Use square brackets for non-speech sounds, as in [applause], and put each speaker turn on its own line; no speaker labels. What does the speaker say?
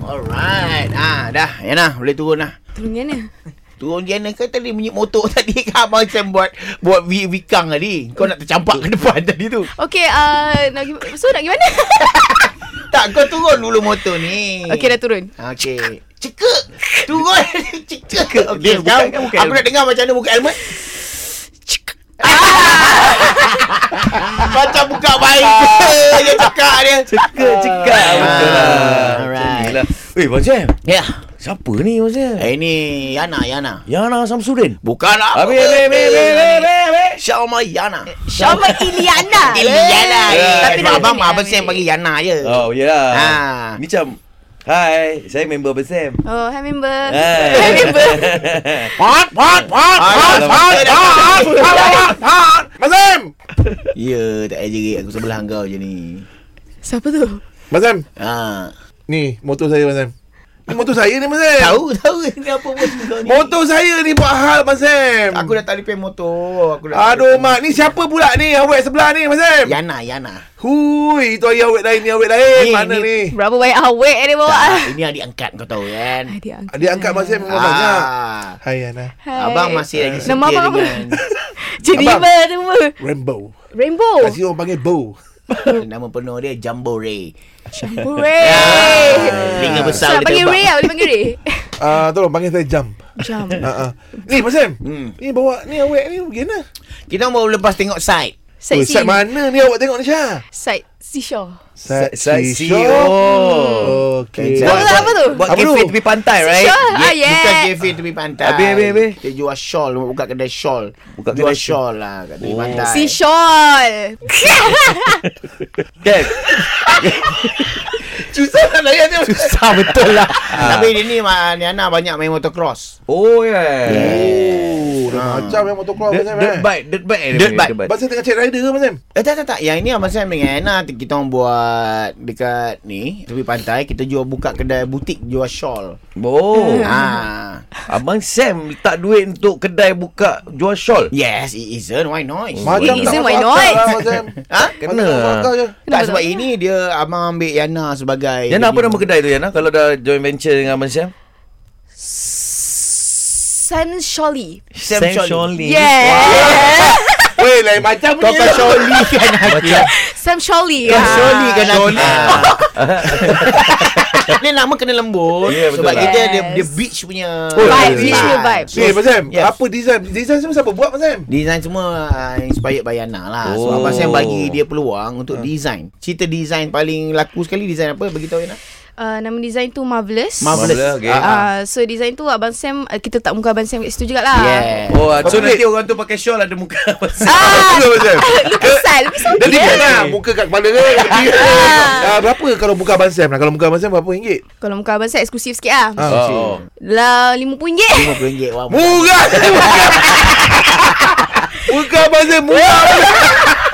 Alright. Ah, dah. Yan lah. Boleh turun lah.
Turun mana?
Turun je nak kata tadi bunyi motor [laughs] tadi kan Abang Sam buat buat wi- wikang tadi. Kau nak tercampak ke depan [laughs] tadi tu.
Okay, uh, nak, gi- so nak
[laughs]
gimana?
Tak kau turun dulu motor ni.
okay, dah turun.
Okey. Cekak. Turun. [laughs] Cekak.
Dia
Okey,
bukan-
sekarang
bukan
aku
helmet.
nak dengar macam mana buka [laughs] helmet. Macam buka [laughs] baik Dia cakap dia
Cekak cekak
Ah,
Betul lah
alright.
Macam ni lah. Weh Bang Sam
Ya
Siapa ni Bang Sam
Eh ni Yana Yana
Yana Samsudin
Bukan lah
Habis habis habis habis habis, habis
Syama Yana
Syama Iliana.
Iliana
Eh,
Tapi
tapi nama
abang
dia
Abang
ambil.
Sam panggil Yana je
Oh yelah
Ha.
Ni macam Hai Saya member Bang Sam
Oh, hi member.
Hai.
Hi member.
[laughs]
Pot pot pot
pot, pot, pot,
pot Mazam Ya tak payah jerit Aku sebelah kau je ni
Siapa tu?
Mazam
Ha
Ni motor saya Mazam Ni motor saya ni Mazam
Tahu [laughs] tahu ni apa pun kau ni
Motor saya ni buat hal Mazam
Aku dah tak repair motor Aku dah
Aduh mak Ni siapa pula ni Awet sebelah ni Mazam
Yana Yana
Hui Itu ayah awet lain Ni awet lain
Ya. Ni,
Mana
ni.
ni
Berapa banyak awet dia bawa?
Tak, Ini adik angkat kau tahu kan
Adik angkat.
Dia angkat Mazam memang banyak
Ah.
Hai Ana
Hai.
Abang masih lagi setia
Nama abang
[laughs]
apa?
dengan
Geneva semua.
Rainbow
Rainbow.
Oh.
Kat sini orang panggil Bow
[laughs] Nama penuh dia Jumbo Ray [laughs]
Shampoo Ray.
Linga
So,
Ya. besar
nak panggil Ray lah. Boleh panggil
[laughs]
Ray?
Ah, Tolong panggil saya Jump
Jam.
Ah, ah. Ni Mazam
Hmm.
Ni bawa Ni awet ni Gimana
Kita baru lepas tengok side
Ui,
Sightseeing.
Sat mana ni awak tengok ni Syah
Side seashore.
Sat
Hmm.
Oh
Okay
Ya. Buat-
Apa tu? Apa tu?
Buat
Apa
kafe
tu?
tepi pantai right
Sure. Ah,
Ye-
yeah.
Bukan cafe tepi pantai
Habis, habis, habis.
Dia jual shawl Buka kedai shawl
Buka
Jual
kedai
shawl lah Kat tepi
Oh.
pantai
Seashore.
[laughs]
Kan
Susah lah layan dia Susah betul lah Tapi dia ni Ma- Niana banyak main motocross
Oh yeah
Oh, dah
Ah.
macam yang motocross
Dirt,
Mazam
dirt
eh.
bike Dirt bike eh, dia
Dirt
panggil,
bike.
Pasal tengah cek rider ke Mazam
Eh tak tak tak Yang ini Abang Sam dengan Niana Kita orang buat Dekat ni Tepi pantai Kita jual buka kedai butik Jual shawl
Oh
Ah,
Abang Sam letak duit untuk kedai buka jual shawl
Yes it isn't Why not
Macam
Wait,
tak
isn't
masuk
why
akal
not?
lah Mazam
Ha?
Macam tak masuk akal je
Tak sebab ini dia Abang ambil Yana sebagai
Yana apa
jadi-
nama kedai tu Yana Kalau dah joint venture dengan Abang Sam
Sun Sholi.
Sam Shawley.
Yeah.
Weh lain macam
Kau kan Shawli kan
Macam
Sam Sholi.
Kau
Ya.
ah.
Shawli kan Shawli
[laughs]
Ni nama kena lembut
Ya,
Sebab
betul lah. Oh,
kita dia,
Yes.
dia beach punya
Vibe.
yeah.
Beach punya vibe.
Okay Mazam
Yes.
Eh, Apa design Design semua siapa buat Mazam
Design semua uh, inspired by Yana lah oh. So
Oh. Hmm.
Abang Sam bagi dia peluang untuk design Cerita design paling laku sekali design apa Beritahu Yana
Uh, nama design tu Marvelous.
Marvelous,
Marvelous, okay.
Ah, ah.
Uh, so design tu Abang Sam uh, Kita tak muka Abang Sam kat situ jugalah
Yeah
Oh so
Apa
nanti orang tu pakai shawl ada muka Abang Sam
Ah,
[laughs] Betul Mazam
[laughs] lukisan Lukisan
Dia
dia
lihat lah Muka kat kepala dia dia- Ah, Berapa kalau buka Abang Sam lah Kalau buka Abang Sam berapa ringgit
Kalau muka Abang Sam eksklusif sikit lah
Ah.
Oh, oh.
Lah RM50
RM50 Wah
[laughs] Murah Buka Abang Sam Murah